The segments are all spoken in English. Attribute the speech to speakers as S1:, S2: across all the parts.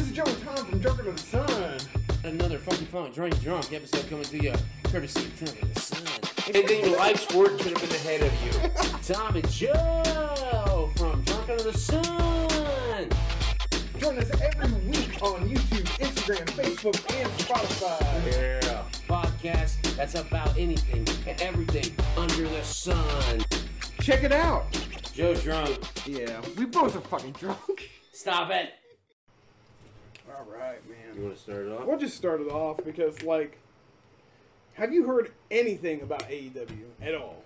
S1: up and drunk in the sun.
S2: Another fucking fun drunk drunk episode coming to you courtesy of Drunk in the Sun.
S3: Anything your life's work could have been ahead of you.
S2: Tom and Joe from Drunk Under the Sun.
S1: Join us every week on YouTube, Instagram, Facebook, and Spotify.
S3: Yeah.
S2: Podcast that's about anything and everything under the sun.
S1: Check it out.
S2: Joe drunk.
S1: Yeah, we both are fucking drunk.
S2: Stop it.
S1: All right, man.
S2: You want to start it off?
S4: We'll just start it off because, like, have you heard anything about AEW at all?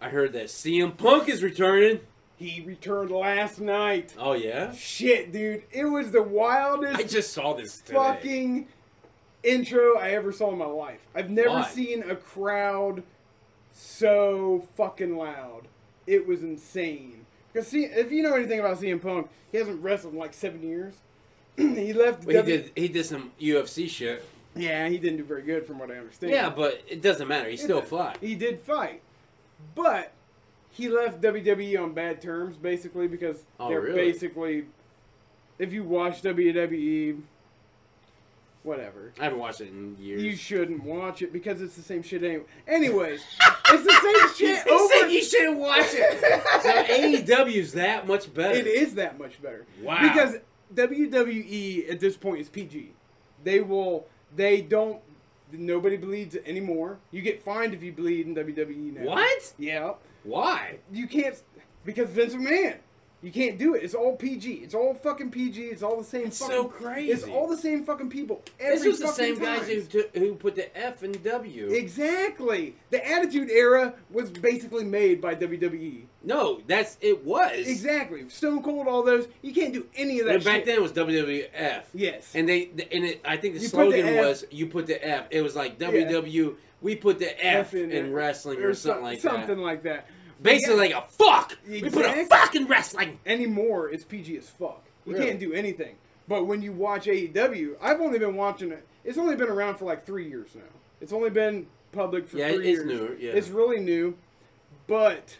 S3: I heard that CM Punk is returning.
S4: He returned last night.
S3: Oh yeah.
S4: Shit, dude, it was the wildest
S3: I just saw this today.
S4: fucking intro I ever saw in my life. I've never
S3: Why?
S4: seen a crowd so fucking loud. It was insane. Because see, if you know anything about CM Punk, he hasn't wrestled in like seven years. he left.
S3: Well, he
S4: W-
S3: did. He did some UFC shit.
S4: Yeah, he didn't do very good from what I understand.
S3: Yeah, but it doesn't matter. He's still fly.
S4: He did fight, but he left WWE on bad terms, basically, because
S3: Oh,
S4: they're
S3: really?
S4: basically, if you watch WWE, whatever,
S3: I haven't watched it in years.
S4: you shouldn't watch it because it's the same shit anyway. Anyways, it's the same shit
S3: He said
S4: over.
S3: you should watch it. so AEW's that much better.
S4: It is that much better.
S3: Wow.
S4: Because WWE at this point is PG. They will. They don't. Nobody bleeds anymore. You get fined if you bleed in WWE now.
S3: What?
S4: Yeah.
S3: Why?
S4: you can't because Vince McMahon. You can't do it. It's all PG. It's all fucking PG. It's all the same.
S3: It's
S4: fucking,
S3: so crazy.
S4: It's all the same fucking people. Every
S3: This was the
S4: fucking
S3: same guys
S4: time.
S3: who, took- who put the F and W.
S4: Exactly. The Attitude Era was basically made by WWE.
S3: no, that's it was.
S4: Exactly. Stone Cold, all those. You can't do any of that.
S3: And back
S4: shit.
S3: then it was WWF.
S4: Yes.
S3: And they the- and it, I think the
S4: You put the
S3: slogan
S4: F-
S3: was "You put the F." It was like WW. We put the F, in,
S4: it.
S3: wrestling or,
S4: some-
S3: something like
S4: something
S3: that.
S4: like that.
S3: Basically,
S4: Yeah.
S3: like a fuck. We put
S4: Exactly.
S3: a fucking wrestling.
S4: anymore it's PG as fuck. You
S3: Really?
S4: can't do anything. But when you watch AEW, I've only been watching it. It's only been around for like three years now. It's only been public for
S3: Yeah,
S4: three
S3: it is
S4: years.
S3: newer, yeah.
S4: It's really new, but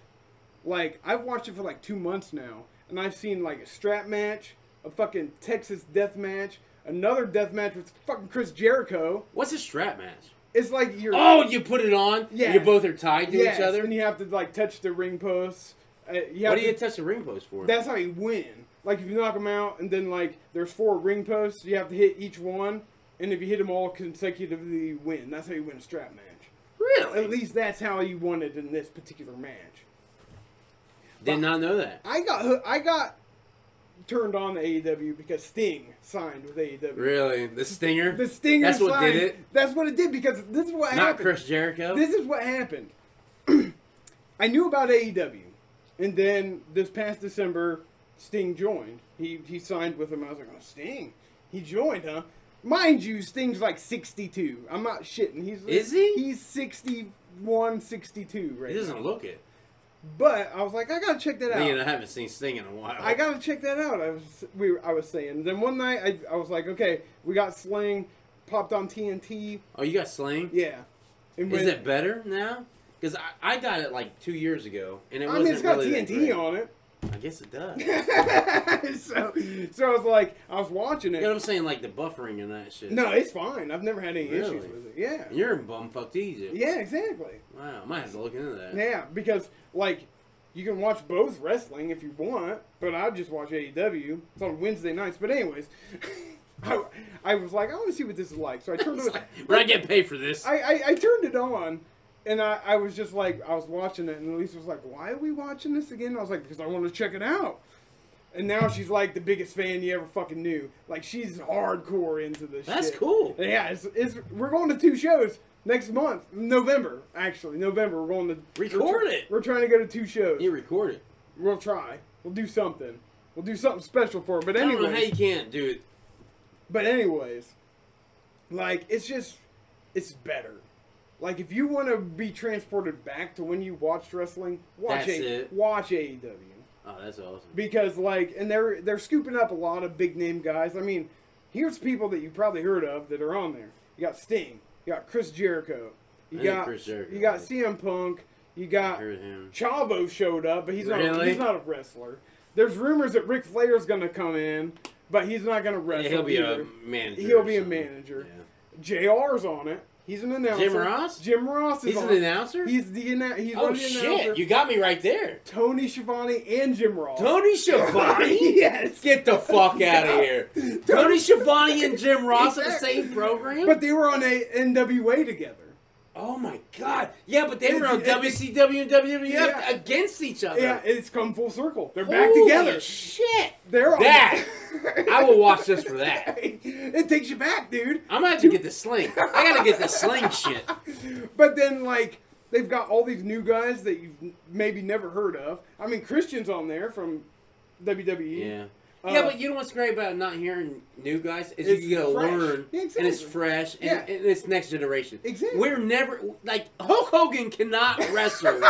S4: like I've watched it for like two months now, and I've seen like a strap match, a fucking Texas death match, another death match with fucking Chris Jericho.
S3: What's a strap match?
S4: It's like you're
S3: Oh, you put it on.
S4: Yeah.
S3: You both are tied to
S4: yes,
S3: each other.
S4: and you have to like touch the ring posts. Uh, you have
S3: What do
S4: to-
S3: you touch the ring post for?
S4: That's how you win. Like if you knock them out, and then like there's four ring posts, you have to hit each one, and if you hit them all consecutively, you win. That's how you win a strap match.
S3: really.
S4: At least that's how you won it in this particular match.
S3: Did not know that.
S4: I got hoo- I got turned on to AEW because Sting signed with AEW.
S3: Really, the stinger.
S4: The Stinger.
S3: That's what
S4: signed-
S3: did it.
S4: That's what it did because this is what
S3: Not
S4: happened.
S3: Chris Jericho.
S4: This is what happened. I knew about AEW, and then this past December, Sting joined. He he signed with him. I was like, oh, Sting, he joined, huh? Mind you, Sting's like 62. I'm not shitting. He's
S3: Is he?
S4: He's 61, 62 right
S3: he
S4: now.
S3: doesn't look it.
S4: But I was like, I gotta check that out.
S3: Man, I haven't seen Sting in a while.
S4: I gotta check that out. I was we were- I was saying. Then one night I, I was like, okay, we got Sling, popped on TNT.
S3: Oh, you got Sling.
S4: Yeah. And
S3: Is
S4: when-
S3: it better now? Because I, I got it like two years ago, and it
S4: I
S3: wasn't
S4: mean, it's got
S3: really that
S4: TNT
S3: great.
S4: on it.
S3: I guess it does.
S4: so, so I was like, I was watching
S3: you know what I'm
S4: it.
S3: saying? Like the buffering and that shit.
S4: No, it's fine. I've never had any issues
S3: Really?
S4: with it. Yeah.
S3: You're in bumfucked Egypt.
S4: Yeah, exactly.
S3: Wow, I might have to look into that.
S4: Yeah, because, like, you can watch both wrestling if you want, but I just watch AEW. It's on Wednesday nights. But, anyways, I, I was like, I want to see what this is like. So I turned
S3: It's
S4: it
S3: like, we're not getting paid for this.
S4: I, I, I turned it on. And I, I was just like, I was watching it, and Elise was like, Why are we watching this again? I was like, Because I want to check it out. And now she's like the biggest fan you ever fucking knew. Like she's hardcore into this.
S3: That's
S4: shit.
S3: cool.
S4: Yeah, it's, it's we're going to two shows next month, November actually. November we're going to
S3: Record
S4: we're, tr-
S3: it.
S4: We're trying to go to two shows.
S3: You record it.
S4: We'll try. We'll do something. We'll do something special for her. But
S3: I don't know how
S4: anyways,
S3: you can't do it.
S4: but anyways, like it's just it's better. Like if you want to be transported back to when you watched wrestling, watch
S3: That's
S4: a-
S3: it.
S4: watch AEW.
S3: Oh, that's awesome.
S4: because like and they're they're scooping up a lot of big name guys. I mean, here's people that you probably heard of that are on there. You got Sting, you got Chris Jericho, you
S3: I think
S4: got
S3: Chris Jericho.
S4: you got CM Punk, you got
S3: heard him.
S4: Chavo showed up, but he's not
S3: Really?
S4: he's not a wrestler. There's rumors that Ric Flair's gonna come in. but he's not gonna wrestle.
S3: he'll be
S4: either.
S3: a manager.
S4: He'll
S3: or
S4: be a
S3: something.
S4: manager.
S3: Yeah.
S4: Jr's on it. He's an announcer.
S3: Jim Ross?
S4: Jim Ross is
S3: He's
S4: on
S3: an
S4: it.
S3: announcer.
S4: He's the annou- he's one
S3: oh
S4: of the
S3: shit!
S4: announcers.
S3: You got me right there.
S4: Tony Schiavone and Jim Ross.
S3: Tony Schiavone.
S4: Yes.
S3: Get the fuck out of here. Tony Schiavone and Jim Ross in the
S4: Exactly.
S3: same program.
S4: But they were on a NWA together.
S3: oh my god! Yeah, but they were on
S4: It's- it's-
S3: WCW and WWF
S4: Yeah.
S3: against each other.
S4: Yeah, it's come full circle. They're back
S3: Holy
S4: together.
S3: Shit!
S4: They're on
S3: That I will watch this for that.
S4: it takes you back, dude.
S3: I'm gonna have to get the sling. I gotta get the sling shit.
S4: But then, like, they've got all these new guys that you've n- maybe never heard of. I mean, Christian's on there from WWE.
S3: Yeah.
S4: Uh,
S3: yeah, but you know what's great about not hearing new guys is
S4: It's
S3: you get to
S4: fresh.
S3: learn,
S4: Yeah,
S3: and it's
S4: exactly.
S3: fresh, and,
S4: Yeah.
S3: and it's next generation.
S4: Exactly.
S3: We're never like Hulk Hogan cannot wrestle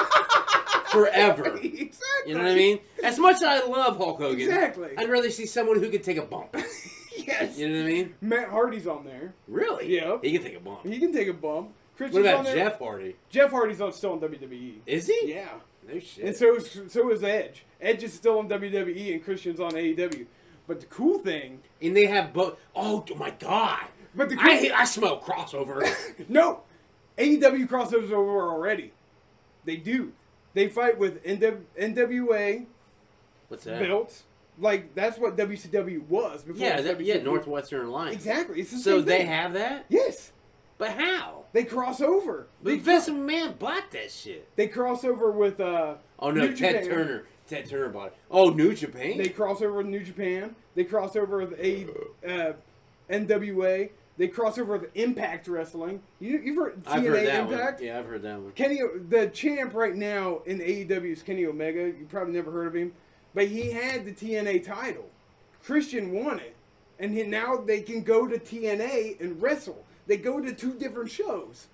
S3: forever.
S4: exactly.
S3: You know what I mean? As much as I love Hulk Hogan,
S4: Exactly.
S3: I'd rather see someone who could take a bump.
S4: Yes.
S3: You know what I mean?
S4: Matt Hardy's on there.
S3: Really?
S4: Yeah.
S3: He can take a bump.
S4: He can take a bump.
S3: What
S4: Christian's on
S3: about
S4: there.
S3: Jeff Hardy?
S4: Jeff Hardy's on still on WWE.
S3: Is he?
S4: Yeah.
S3: No shit.
S4: And so is, so is Edge. Edge is still on WWE and Christian's on AEW. But the cool thing,
S3: and they have both. Oh my god!
S4: But the
S3: I hate- I smell crossover.
S4: no, AEW crossovers over already. They do. They fight with NW, NWA
S3: What's that?
S4: belts. Like that's what WCW was before.
S3: Yeah,
S4: it was
S3: that, yeah,
S4: WCW.
S3: Northwestern Alliance.
S4: Exactly. It's the
S3: So
S4: same
S3: they
S4: thing.
S3: have that,
S4: yes.
S3: but how?
S4: They cross over.
S3: But
S4: They,
S3: Vince McMahon bought that shit.
S4: they cross over with uh.
S3: Oh no,
S4: New Japan.
S3: Ted Turner. Ted Turner bought it. Oh, New Japan.
S4: They cross over with New Japan. They cross over with a uh, NWA. They cross over with Impact Wrestling. You, you've heard TNA
S3: I've heard that
S4: Impact.
S3: one. Yeah, I've heard that one.
S4: Kenny, the champ right now in AEW is Kenny Omega. You probably never heard of him, but he had the TNA title. Christian won it, and he, now they can go to TNA and wrestle. They go to two different shows.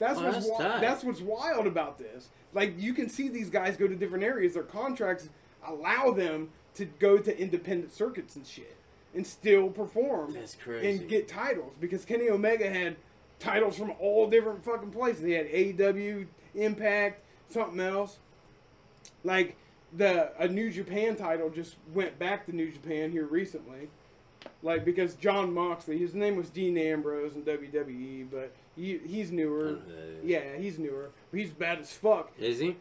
S4: That's
S3: Oh,
S4: what's
S3: that's
S4: wi-
S3: tight.
S4: that's what's wild about this. Like you can see these guys go to different areas. Their contracts allow them to go to independent circuits and shit, and still perform
S3: That's crazy.
S4: and get titles because Kenny Omega had titles from all different fucking places. He had AEW, Impact, something else. Like the a New Japan title just went back to New Japan here recently. Like because John Moxley, his name was Dean Ambrose in WWE, but he, he's newer.
S3: Uh,
S4: Yeah, he's newer. But he's bad as fuck.
S3: Is he?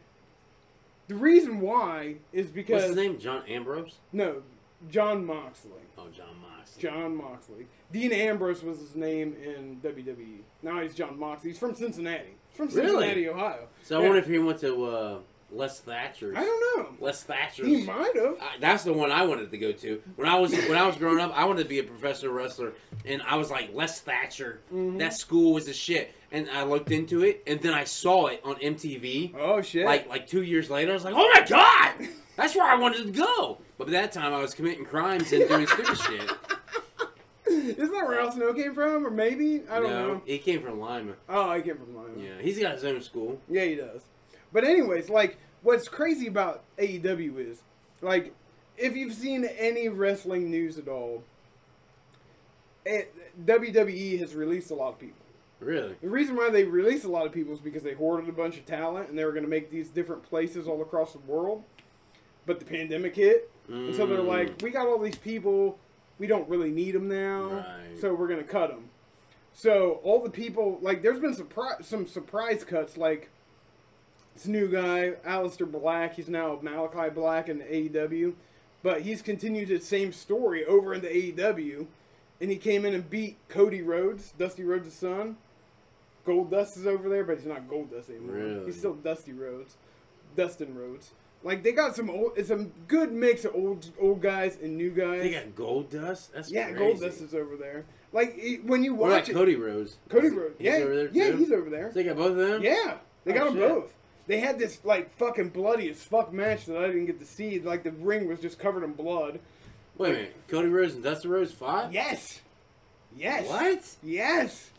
S4: The reason why is because
S3: What's his name? John Ambrose?
S4: no, John Moxley.
S3: Oh, John Moxley.
S4: John Moxley. Dean Ambrose was his name in WWE. Now he's John Moxley. He's from Cincinnati. He's from
S3: Really?
S4: Cincinnati, Ohio.
S3: So I
S4: Yeah.
S3: wonder if he went to uh, Les Thatcher's.
S4: I don't know.
S3: Les Thatcher's.
S4: He might have.
S3: I, that's the one I wanted to go to when I was when I was growing up. I wanted to be a professional wrestler, and I was like Les Thatcher.
S4: Mm-hmm.
S3: That school was a shit, and I looked into it, and then I saw it on MTV.
S4: Oh shit!
S3: Like like two years later, I was like, oh my god, that's where I wanted to go. But by that time, I was committing crimes and doing stupid shit.
S4: isn't that where Al Snow came from? Or maybe I don't
S3: no,
S4: know.
S3: he came from Lima.
S4: Oh, I came from Lima.
S3: Yeah, he's got his own school.
S4: Yeah, he does. But anyways, like what's crazy about AEW is like if you've seen any wrestling news at all, it, WWE has released a lot of people.
S3: Really?
S4: The reason why they released a lot of people is because they hoarded a bunch of talent and they were going to make these different places all across the world. But the pandemic hit, and so they're
S3: Mm.
S4: like, we got all these people, we don't really need them now,
S3: Right.
S4: so we're going to cut them. So all the people, like, there's been surpri- some surprise cuts, like this new guy, Alistair Black, he's now Malachi Black in E the AEW, but he's continued his same story over into AEW, E and he came in and beat Cody Rhodes, Dusty Rhodes' son. Gold Dust is over there, but he's not Gold Dust anymore.
S3: Really?
S4: He's still Dusty Rhodes, Dustin Rhodes. Like they got some old, it's a good mix of old old guys and new guys.
S3: They got gold dust. That's
S4: yeah,
S3: crazy.
S4: Gold Dust is over there. Like it- when you
S3: What about
S4: watch it,
S3: Cody Rhodes?
S4: Cody
S3: Is he-
S4: Rhodes.
S3: he's
S4: Yeah,
S3: over there
S4: yeah,
S3: too?
S4: he's over there.
S3: So they got both of them.
S4: Yeah, they
S3: Oh,
S4: got 'em
S3: shit.
S4: both. They had this like fucking bloody as fuck match that I didn't get to see. Like the ring was just covered in blood.
S3: Wait a minute, Cody Rhodes and Dustin Rhodes fought?
S4: Yes, yes,
S3: What?
S4: Yes,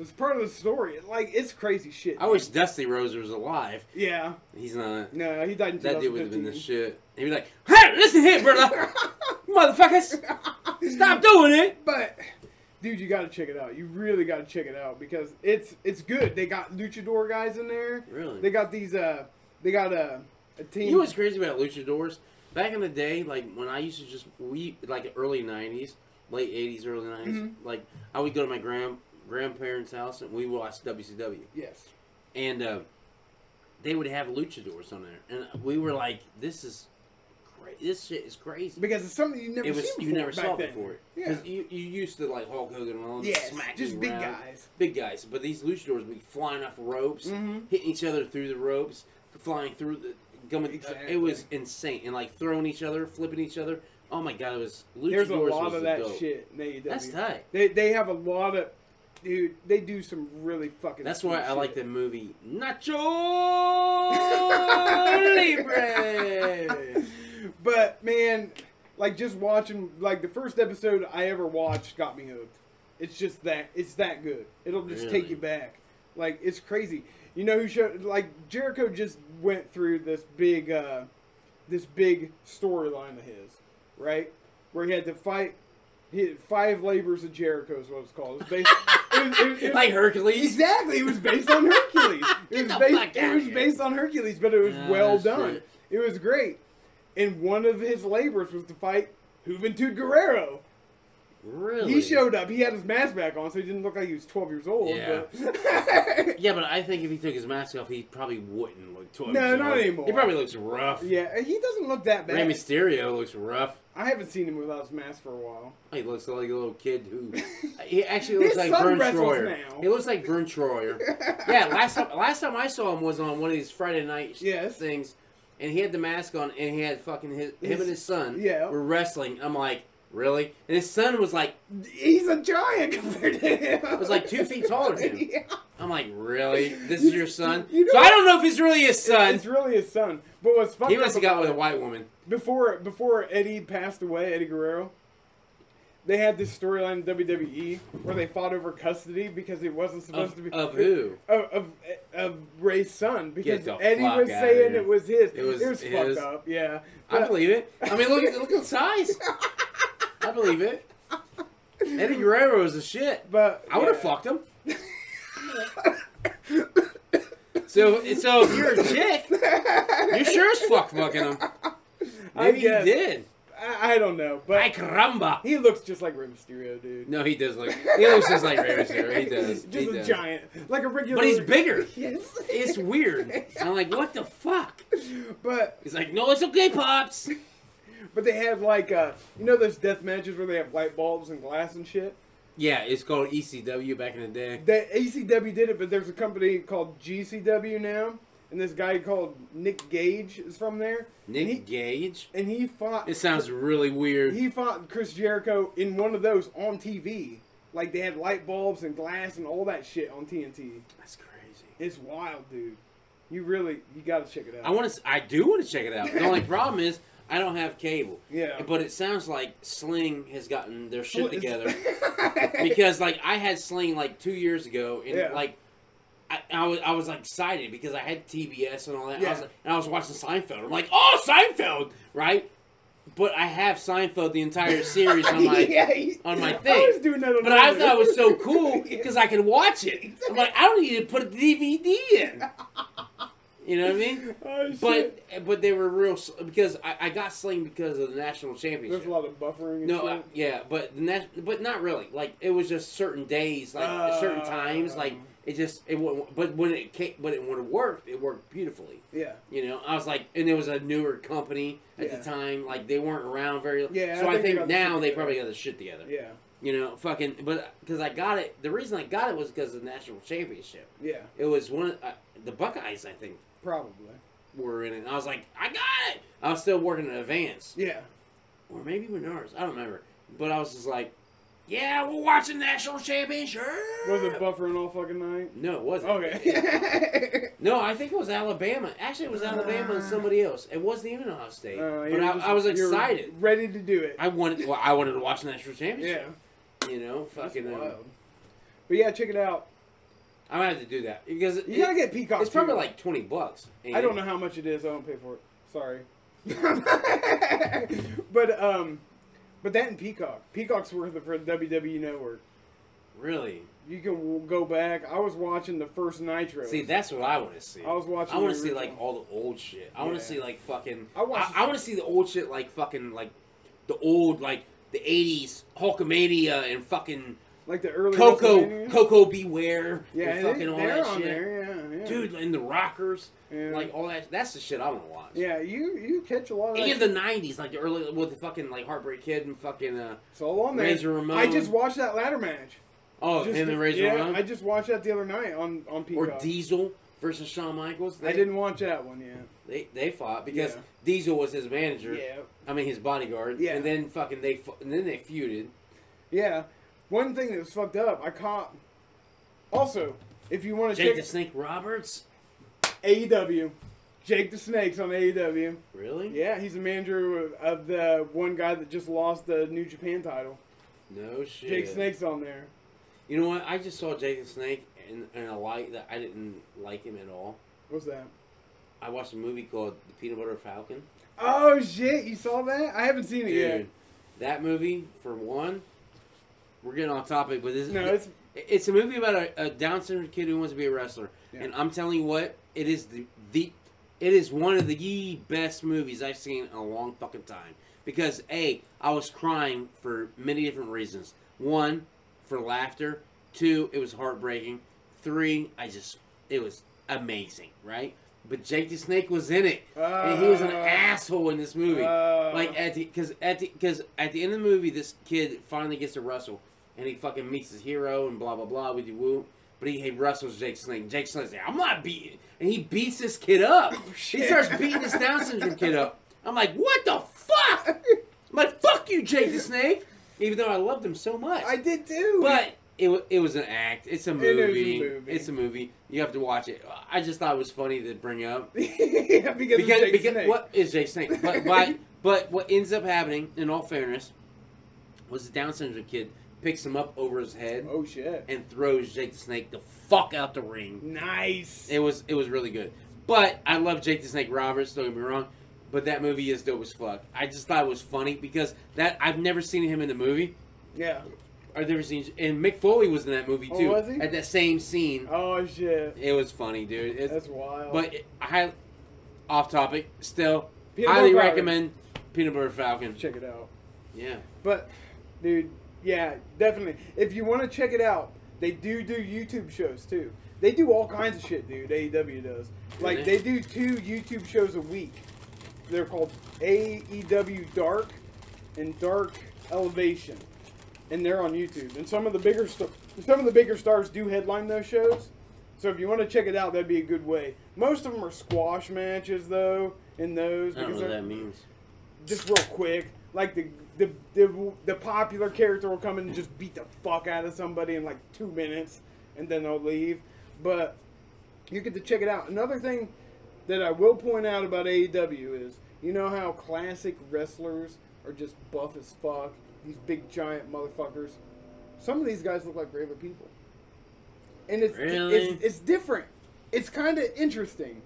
S4: it's part of the story. Like it's crazy shit.
S3: I wish Dusty Rhodes was alive.
S4: Yeah,
S3: He's not.
S4: no, he died in
S3: That dude would have been the
S4: 2015.
S3: shit. He'd be like, "Hey, listen here, brother, motherfuckers, stop doing it."
S4: But dude, you gotta check it out. You really gotta check it out because it's it's good. They got luchador guys in there.
S3: Really?
S4: They got these uh they got a a team
S3: You know what's crazy about luchadors? back in the day, like when I used to just we like early '90s, late '80s, early '90s,
S4: Mm-hmm.
S3: like I would go to my grand grandparents' house and we watched WCW,
S4: Yes.
S3: and uh, they would have luchadors on there, and we were
S4: Mm-hmm.
S3: like, "This is, cra- this shit is crazy."
S4: Because it's something you never
S3: it was
S4: seen
S3: you
S4: before
S3: never
S4: back
S3: saw
S4: then.
S3: before.
S4: Yeah.
S3: Because you, you used to like Hulk Hogan and all them
S4: Yes,
S3: smacking
S4: just big
S3: around.
S4: guys.
S3: big guys. But these luchadors would be flying off ropes, hitting each other through the ropes, flying through the. Going,
S4: Exactly.
S3: It was insane, and like throwing each other, flipping each other. Oh my god, it was luchadors
S4: There's a
S3: was
S4: lot
S3: the
S4: of that
S3: dope.
S4: shit. in AEW.
S3: That's tight.
S4: They they have a lot of, dude. They do some really fucking.
S3: That's why
S4: sweet
S3: I like
S4: shit.
S3: the movie Nacho Libre.
S4: But man, like just watching like the first episode I ever watched got me hooked. It's just that it's that good. It'll just take
S3: Really?
S4: you back. Like it's crazy. You know who showed like Jericho just went through this big uh this big storyline of his, right? Where he had to fight he had five labors of Jericho is what it's called. It was based, it was- it was- it was-
S3: like Hercules.
S4: Exactly, it was based on Hercules. It was,
S3: the
S4: based,
S3: fuck
S4: it
S3: out
S4: was
S3: here.
S4: based on Hercules, but it was
S3: Ah,
S4: well
S3: shit.
S4: done. It was great. And one of his labors was to fight Juventud Guerrero.
S3: Really?
S4: He showed up. He had his mask back on, so he didn't look like he was 12 years old.
S3: Yeah.
S4: but-
S3: Yeah, but I think if he took his mask off, he probably wouldn't look twice.
S4: No,
S3: as
S4: not
S3: old.
S4: anymore.
S3: He probably looks rough.
S4: yeah, he doesn't look that bad.
S3: Rey Mysterio looks rough.
S4: I haven't seen him without his mask for a while.
S3: He looks like a little kid who. He actually looks
S4: His
S3: like
S4: son
S3: Vern
S4: wrestles
S3: Troyer.
S4: now.
S3: He looks like Vern Troyer. yeah, last time last time I saw him was on one of these Friday night sh-
S4: Yes.
S3: things, and he had the mask on, and he had fucking his, him
S4: His-
S3: and his son
S4: yeah.
S3: were wrestling. I'm like, really? And his son was like,
S4: He's a giant compared to him. It
S3: was like two feet taller than him. I'm like, really? This is your son?
S4: You know-
S3: so I don't know if it's really his son.
S4: It's really his son. But what's funny
S3: He must have got with a white woman.
S4: before before Eddie passed away, Eddie Guerrero, they had this storyline in WWE where they fought over custody because it wasn't supposed
S3: Of,
S4: to be
S3: of who?
S4: Of, of, of Ray's son because
S3: the
S4: Eddie
S3: fuck
S4: was
S3: outta
S4: saying
S3: here.
S4: it was his.
S3: It was his.
S4: fucked up. Yeah,
S3: I
S4: But-
S3: believe it. I mean, look at look at the size. I believe it. Eddie Guerrero is a shit.
S4: But
S3: I would have
S4: yeah.
S3: fucked him. so so if you're a chick, you sure as fuck fucking him.
S4: I
S3: Maybe you
S4: guess.
S3: did.
S4: I, I don't know, but
S3: Ay caramba.
S4: he looks just like Rey Mysterio, dude.
S3: No, he does look. He looks just like Rey Mysterio. He does.
S4: just
S3: he
S4: a
S3: does.
S4: giant, like a regular.
S3: But he's bigger.
S4: Yes.
S3: It's weird. And I'm like, what the fuck?
S4: But
S3: He's like, no, it's okay, pops.
S4: but they had like uh, you know those death matches where they have light bulbs and glass and shit.
S3: Yeah, it's called ECW back in the day.
S4: that ACW did it, but there's a company called GCW now, and this guy called Nick Gage is from there.
S3: Nick
S4: and he,
S3: Gage.
S4: and he fought.
S3: It sounds really weird.
S4: He fought Chris Jericho in one of those on TV. Like they had light bulbs and glass and all that shit on TNT.
S3: That's crazy.
S4: It's wild, dude. You really you gotta check it out.
S3: I want to. I do want to check it out. The only problem is I don't have cable.
S4: Yeah.
S3: But it sounds like Sling has gotten their shit
S4: It's-
S3: together because, like, I had Sling like two years ago, and
S4: Yeah.
S3: like. I, I was I was like excited because I had TBS and all that. I was
S4: Yeah.
S3: like- and I was watching Seinfeld. I'm like, oh, Seinfeld, right? But I have Seinfeld the entire series on my
S4: Yeah, he-
S3: on my
S4: I
S3: thing.
S4: was doing that on
S3: but I
S4: mine.
S3: thought it was so cool because I could watch it. I'm like, I don't need to put a DVD in. You know what I mean?
S4: Oh, shit.
S3: But but they were real s- because I, I got sling because of the national
S4: there's
S3: championship.
S4: a lot of buffering. And
S3: No,
S4: shit.
S3: I, yeah, but the nat- but not really. Like it was just certain days, like
S4: Uh,
S3: certain times, like it just it. wa- But when it came, but it when it worked, it worked beautifully.
S4: yeah.
S3: You know, I was like, and it was a newer company at
S4: Yeah.
S3: the time. Like they weren't around very.
S4: Yeah,
S3: So
S4: I
S3: I
S4: think they
S3: think,
S4: got the shit
S3: now they
S4: together.
S3: probably got the shit together.
S4: Yeah.
S3: You know, fucking. But because I got it, the reason I got it was because of the national championship.
S4: Yeah.
S3: It was one of uh, the Buckeyes, I think,
S4: Probably.
S3: were in it. And I was like, I got it. I was still working at Advance
S4: Yeah.
S3: or maybe Menards. I don't remember. But I was just like, yeah, we're watching national championship.
S4: Was it buffering all fucking night?
S3: No, it wasn't.
S4: Okay.
S3: No, I think it was Alabama. Actually, it was Alabama and somebody else. It wasn't even Ohio State.
S4: Uh,
S3: but
S4: you're
S3: I,
S4: Uh. just-
S3: I was
S4: you're
S3: excited.
S4: ready to do it.
S3: I wanted. Well, I wanted to watch national
S4: yeah,
S3: championship. You know,
S4: that's
S3: fucking. um,
S4: wild. But yeah, check it out.
S3: I'm gonna have to do that because
S4: You
S3: it-
S4: gotta get Peacock.
S3: It's probably
S4: too.
S3: like twenty bucks.
S4: I don't know how much it is. I don't pay for it. Sorry. but um, but that and Peacock. Peacock's worth it for the WWE E Network.
S3: Really?
S4: You can w- go back. I was watching the first Nitro.
S3: See, that's what I want to see.
S4: I was watching
S3: I want
S4: the
S3: to see like
S4: original.
S3: all the old shit. I want
S4: Yeah.
S3: to see like fucking.
S4: I
S3: I,
S4: watched
S3: I, want to see the old shit like fucking like the old like the '80s Hulkamania and fucking
S4: like the early
S3: Coco
S4: WrestleMania.
S3: Coco Beware.
S4: Yeah,
S3: and fucking
S4: they,
S3: all
S4: they're
S3: that
S4: on
S3: shit.
S4: there. Yeah, yeah.
S3: Dude, and the Rockers,
S4: Yeah.
S3: like all that. That's the shit I want to watch.
S4: Yeah, you you catch a lot of. that shit.
S3: And the '90s, like the early with the fucking like Heartbreak Kid and fucking uh
S4: It's all on there.
S3: Razor Ramon.
S4: oh, I just watched that ladder match.
S3: oh
S4: Just
S3: him
S4: the-
S3: and Razor
S4: yeah,
S3: Ramon
S4: I just watched that the other night on on
S3: or
S4: Peacock.
S3: Diesel versus Shawn Michaels. They,
S4: I didn't watch that one yet.
S3: They, they fought because
S4: Yeah.
S3: Diesel was his manager.
S4: Yeah,
S3: I mean his bodyguard.
S4: Yeah.
S3: And then fucking they fu- and then they feuded.
S4: yeah. One thing that was fucked up, I caught. Also, if you want to
S3: Jake the
S4: check
S3: Snake Roberts.
S4: AEW, Jake the Snake's on AEW.
S3: Really?
S4: Yeah, he's the manager of- of the one guy that just lost the New Japan title.
S3: No shit.
S4: Jake Snake's on there.
S3: You know what? I just saw Jake the Snake in, in a light that I didn't like him at all.
S4: What's that?
S3: I watched a movie called The Peanut Butter Falcon.
S4: Oh shit! You saw that? I haven't seen it
S3: Dude,
S4: yet.
S3: that movie for one. We're getting on topic, but this
S4: No, it's
S3: It's a movie about a, a Down syndrome kid who wants to be a wrestler,
S4: Yeah.
S3: and I'm telling you what, it is the the it is one of the best movies I've seen in a long fucking time. Because a, I was crying for many different reasons. One, for laughter. Two, it was heartbreaking. Three, I just it was amazing, right? But Jake the Snake was in it, and he was an
S4: Uh,
S3: asshole in this movie
S4: uh,
S3: like at the because at the because at the end of the movie, this kid finally gets to wrestle, and he fucking meets his hero and blah blah blah with you woo. But he, he wrestles Jake Snake. Jake Snake's like, I'm not beating, and he beats this kid up. he
S4: Oh, shit.
S3: starts beating this Down syndrome kid up. I'm like, what the fuck? I'm like, fuck you, Jake the Snake. Even though I loved him so much,
S4: I did too.
S3: but it, wa- it was an act. It's a
S4: It is a
S3: movie.
S4: movie.
S3: It's a movie. You have to watch it. I just thought it was funny to bring up
S4: yeah, because, of
S3: because,
S4: Jake
S3: because
S4: Snake.
S3: what is Jake Snake? But, but but what ends up happening, in all fairness, was the Down syndrome kid picks him up over his head
S4: Oh shit!
S3: and throws Jake the Snake the fuck out the ring.
S4: Nice.
S3: It was it was really good. But I love Jake the Snake Roberts. Don't get me wrong. But that movie is dope as fuck. I just thought it was funny because that I've never seen him in the movie.
S4: yeah.
S3: I've never seen and Mick Foley was in that movie
S4: Oh,
S3: too.
S4: was he?
S3: At that same scene,
S4: Oh shit.
S3: it was funny, dude. It's,
S4: That's wild.
S3: but it, I, off topic, still
S4: Peanut
S3: highly
S4: butter
S3: recommend Peanut Butter Falcon.
S4: check it out.
S3: Yeah,
S4: But, dude, yeah, definitely. If you want to check it out, they do do YouTube shows too. They do all kinds of shit, dude. AEW does. Like
S3: they?
S4: they do two YouTube shows a week. They're called AEW Dark and Dark Elevation, and they're on YouTube. And some of the bigger st- some of the bigger stars do headline those shows. So if you want to check it out, that'd be a good way. Most of them are squash matches though, in those
S3: I don't know what
S4: they're-
S3: that means.
S4: just real quick, like the the, the the popular character will come in and just beat the fuck out of somebody in like two minutes, and then they'll leave. But you get to check it out. Another thing that I will point out about AEW is you know how classic wrestlers are just buff as fuck, these big giant motherfuckers. Some of these guys look like regular people, and it's
S3: Really?
S4: it's, it's different. It's kind of interesting.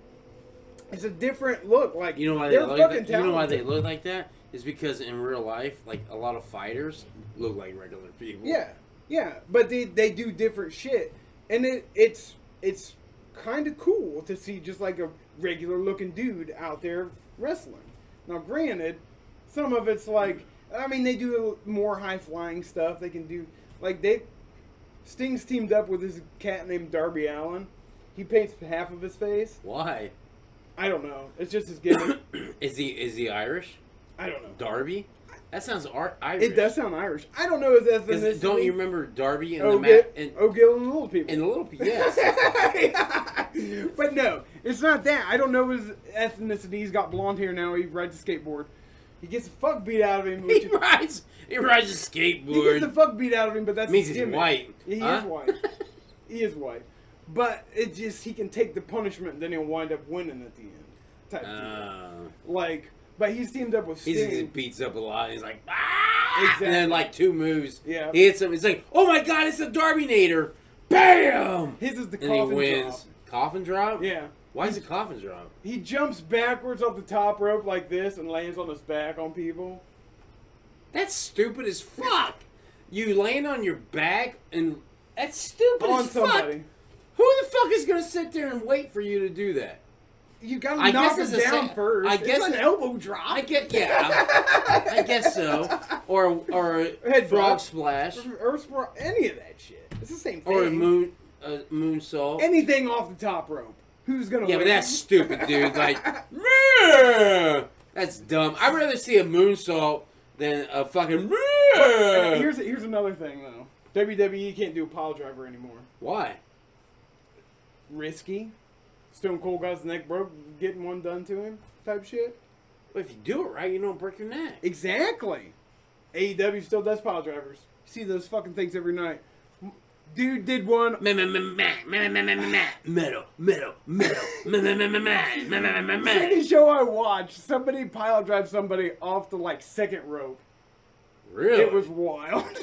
S4: It's a different look. Like
S3: You know why they
S4: they're
S3: look
S4: fucking
S3: like that? You know why
S4: talented.
S3: they look like that? Is because in real life, like a lot of fighters look like regular people.
S4: Yeah, yeah, but they they do different shit, and it it's it's kind of cool to see just like a regular looking dude out there wrestling. Now, granted, some of it's like I mean they do more high flying stuff. They can do like they Sting's teamed up with this cat named Darby Allen. He paints half of his face.
S3: Why?
S4: I don't know. It's just his gimmick.
S3: Is he is he Irish?
S4: I don't know.
S3: Darby? That sounds ar- Irish.
S4: It does sound Irish. I don't know if that's
S3: 'Cause
S4: ethnicity.
S3: Don't you remember Darby and the
S4: O'Gill,
S3: map and,
S4: O'Gill and the little people.
S3: and the little? Yes.
S4: but no, it's not that. I don't know his ethnicity. He's got blonde hair now. He rides a skateboard. He gets the fuck beat out of him. Which
S3: he
S4: is,
S3: rides. He rides a
S4: he gets the
S3: skateboard.
S4: fuck beat out of him, but that's
S3: Means
S4: his
S3: he's
S4: gimmick.
S3: white.
S4: He
S3: huh?
S4: is white. he is white. But it just he can take the punishment, and then he'll wind up winning at the end. Type deal.
S3: Uh,
S4: Like, but he's teamed up with
S3: He
S4: Sting.
S3: just gets beats up a lot. He's like, ah! And
S4: Exactly.
S3: then, like, two moves.
S4: Yeah.
S3: He hits him. He's like, oh my god, it's a Darby-nator! Bam!
S4: His is the
S3: and he
S4: coffin
S3: wins. Coffin drop?
S4: drop. Yeah.
S3: Why is it coffin drop?
S4: He jumps backwards off the top rope like this and lands on his back on people.
S3: That's stupid as fuck! You land on your back and That's stupid
S4: on
S3: as fuck.
S4: somebody.
S3: Who the fuck is gonna sit there and wait for you to do that?
S4: You gotta
S3: I
S4: knock
S3: guess it's
S4: him
S3: a
S4: down
S3: sa-
S4: first.
S3: I guess-
S4: it's an elbow drop.
S3: I get yeah. I guess so. Or or a
S4: Head
S3: frog
S4: drop.
S3: splash
S4: Earth Spra- any of that shit. It's the same thing.
S3: or a moon a moonsault.
S4: Anything off the top rope. Who's gonna?
S3: Yeah, but
S4: win?
S3: that's stupid, dude. Like, "Meh." that's dumb. I'd rather see a moonsault than a fucking. "Meh."
S4: here's here's another thing though. WWE can't do a pile driver anymore.
S3: Why?
S4: Risky. Stone Cold got his neck broke getting one done to him type shit.
S3: Well, if you do it right, you don't break your neck.
S4: Exactly. AEW still does pile drivers. You see those fucking things every night. Dude did one
S3: Meh, meh, meh, meh, meh, meh, meh, meh, meh. Metal, metal, metal. Meh, meh, meh, meh, meh, meh, meh, meh, meh,
S4: Second
S3: meh.
S4: show I watched, somebody pile drive somebody off the like second rope.
S3: Really?
S4: It was wild.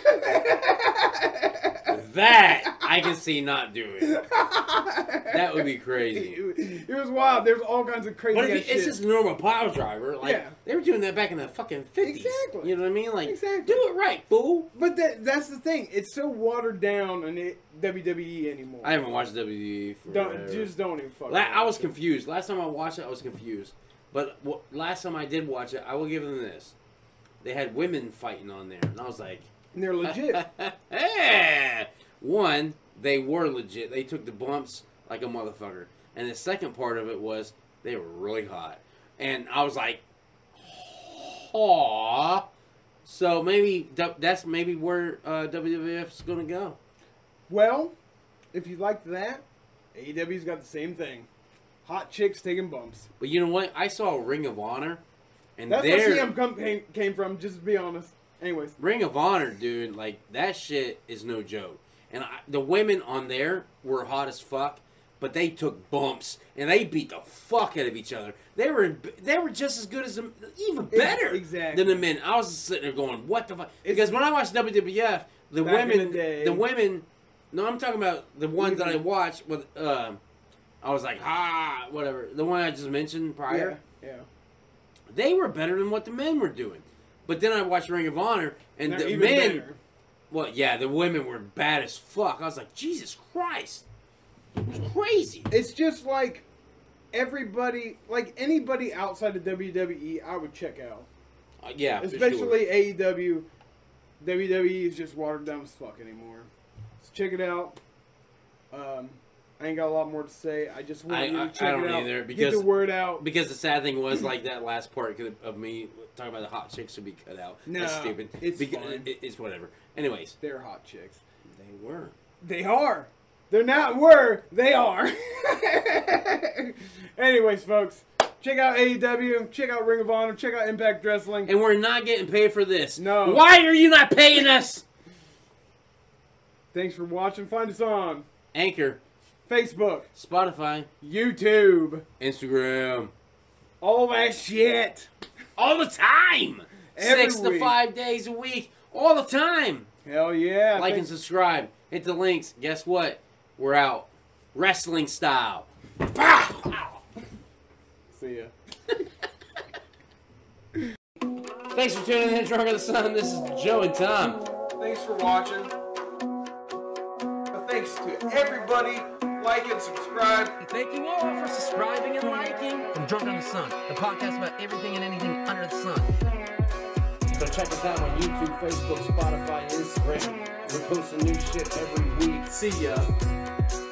S3: that I can see not doing. That would be crazy.
S4: it was wild. There's all kinds of crazy ass
S3: But if you,
S4: shit.
S3: it's just a normal pile driver, like
S4: Yeah.
S3: they were doing that back in the fucking fifties.
S4: Exactly.
S3: You know what I mean? Like,
S4: Exactly.
S3: do it right, fool.
S4: but that that's the thing. It's so watered down in it, WWE anymore.
S3: I haven't watched WWE for.
S4: don't just don't even fuck.
S3: La- I was
S4: with it.
S3: confused. Last time I watched it, I was confused. But w- last time I did watch it, I will give them this. They had women fighting on there, and I was like,
S4: And they're legit.
S3: "Eh." One, they were legit. They took the bumps like a motherfucker. And the second part of it was they were really hot. And I was like, "Aw." So maybe du- that's maybe where uh, WWF's gonna go.
S4: well, if you liked that, AEW's got the same thing. Hot chicks taking bumps.
S3: But you know what? I saw Ring of Honor, and
S4: That's
S3: there.
S4: where CM come, came, came from. Just to be honest. Anyways,
S3: Ring of Honor, dude, like that shit is no joke. And I, the women on there were hot as fuck, but they took bumps and they beat the fuck out of each other. They were they were just as good as the, even better
S4: exactly.
S3: than the men. I was just sitting there going, "What the fuck?"
S4: It's-
S3: Because when I watched WWF, the
S4: Back in
S3: women,
S4: the day.
S3: the women. No, I'm talking about the ones that I
S4: Mhm.
S3: watched with. um I was like, ah, whatever. The one I just mentioned prior
S4: yeah, yeah.
S3: they were better than what the men were doing. But then I watched Ring of Honor, and
S4: They're
S3: the
S4: even
S3: men,
S4: better.
S3: well, yeah, the women were bad as fuck. I was like, Jesus Christ, it was crazy.
S4: It's just like everybody, like anybody outside of WWE, I would check out.
S3: Uh, yeah, for sure.
S4: Especially E AEW. WWE E is just watered down as fuck anymore. So check it out. Um, I ain't got a lot more to say. I just want
S3: I-
S4: you to
S3: I- I
S4: check
S3: don't
S4: it out.
S3: either,
S4: Get
S3: because-
S4: the word out.
S3: because the sad thing was like that last part could- of me talking about the hot chicks would be cut out. That's
S4: No,
S3: stupid.
S4: it's
S3: Beca-
S4: fine.
S3: it- it's whatever. Anyways,
S4: They're hot chicks.
S3: they were.
S4: They are. They're not were. They are. Anyways, folks, check out AEW. Check out Ring of Honor. Check out Impact Wrestling.
S3: And we're not getting paid for this.
S4: No.
S3: Why are you not paying us?
S4: Thanks for watching. Find us on
S3: Anchor,
S4: Facebook,
S3: Spotify,
S4: YouTube,
S3: Instagram.
S4: all that shit.
S3: all the time.
S4: Every
S3: Six to
S4: week.
S3: five days a week, all the time.
S4: Hell yeah.
S3: Like and
S4: Thanks-
S3: subscribe. Hit the links. Guess what? We're out. Wrestling style. Pow!
S4: See ya.
S3: Thanks for tuning in, Drunk of the Sun. This is Joe and Tom.
S4: Thanks for watching. Thanks to everybody. Like and subscribe.
S3: Thank you all for subscribing and liking. From Drunk on the Sun, the podcast about everything and anything under the sun. So check us out on YouTube, Facebook, Spotify, Instagram. We're posting new shit every week. See ya.